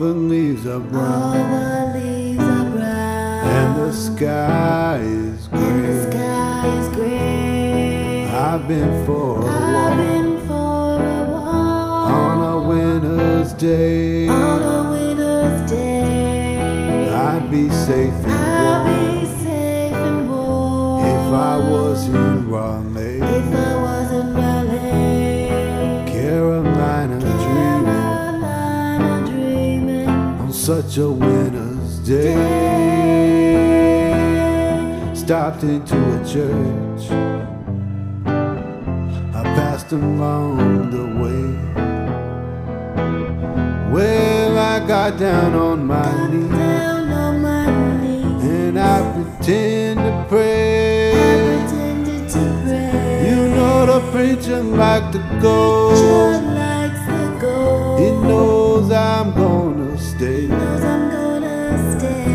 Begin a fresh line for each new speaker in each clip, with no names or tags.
leaves are brown
Our leaves are
and
brown.
the sky is
And the
gray.
sky is gray.
I've been for a
I've
walk
been for a walk
on a winter's day.
on a winter's day.
I'd be safe
I'll
and warm
be safe and warm
if I was in Raleigh,
if I was in Raleigh.
Carolina, dreaming
Carolina dreaming
on such a winter's day.
day.
Stopped into a church. I passed along the way. Well, I got down on my knees
Down on my knees,
and I pretend to pray.
pretended to pray.
You know the preacher like to go.
Just likes the gold.
He knows I'm gonna stay.
knows I'm gonna stay.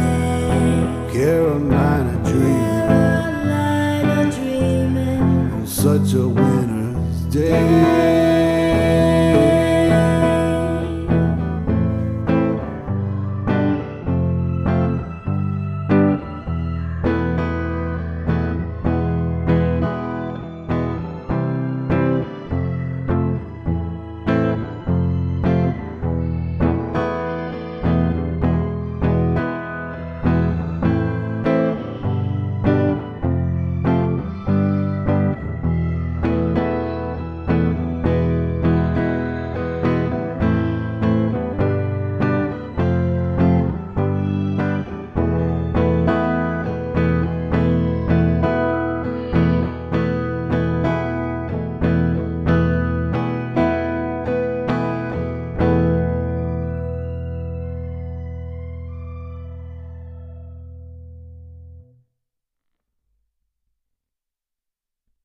Carolina dream
Carolina dreaming.
on such a winter's day.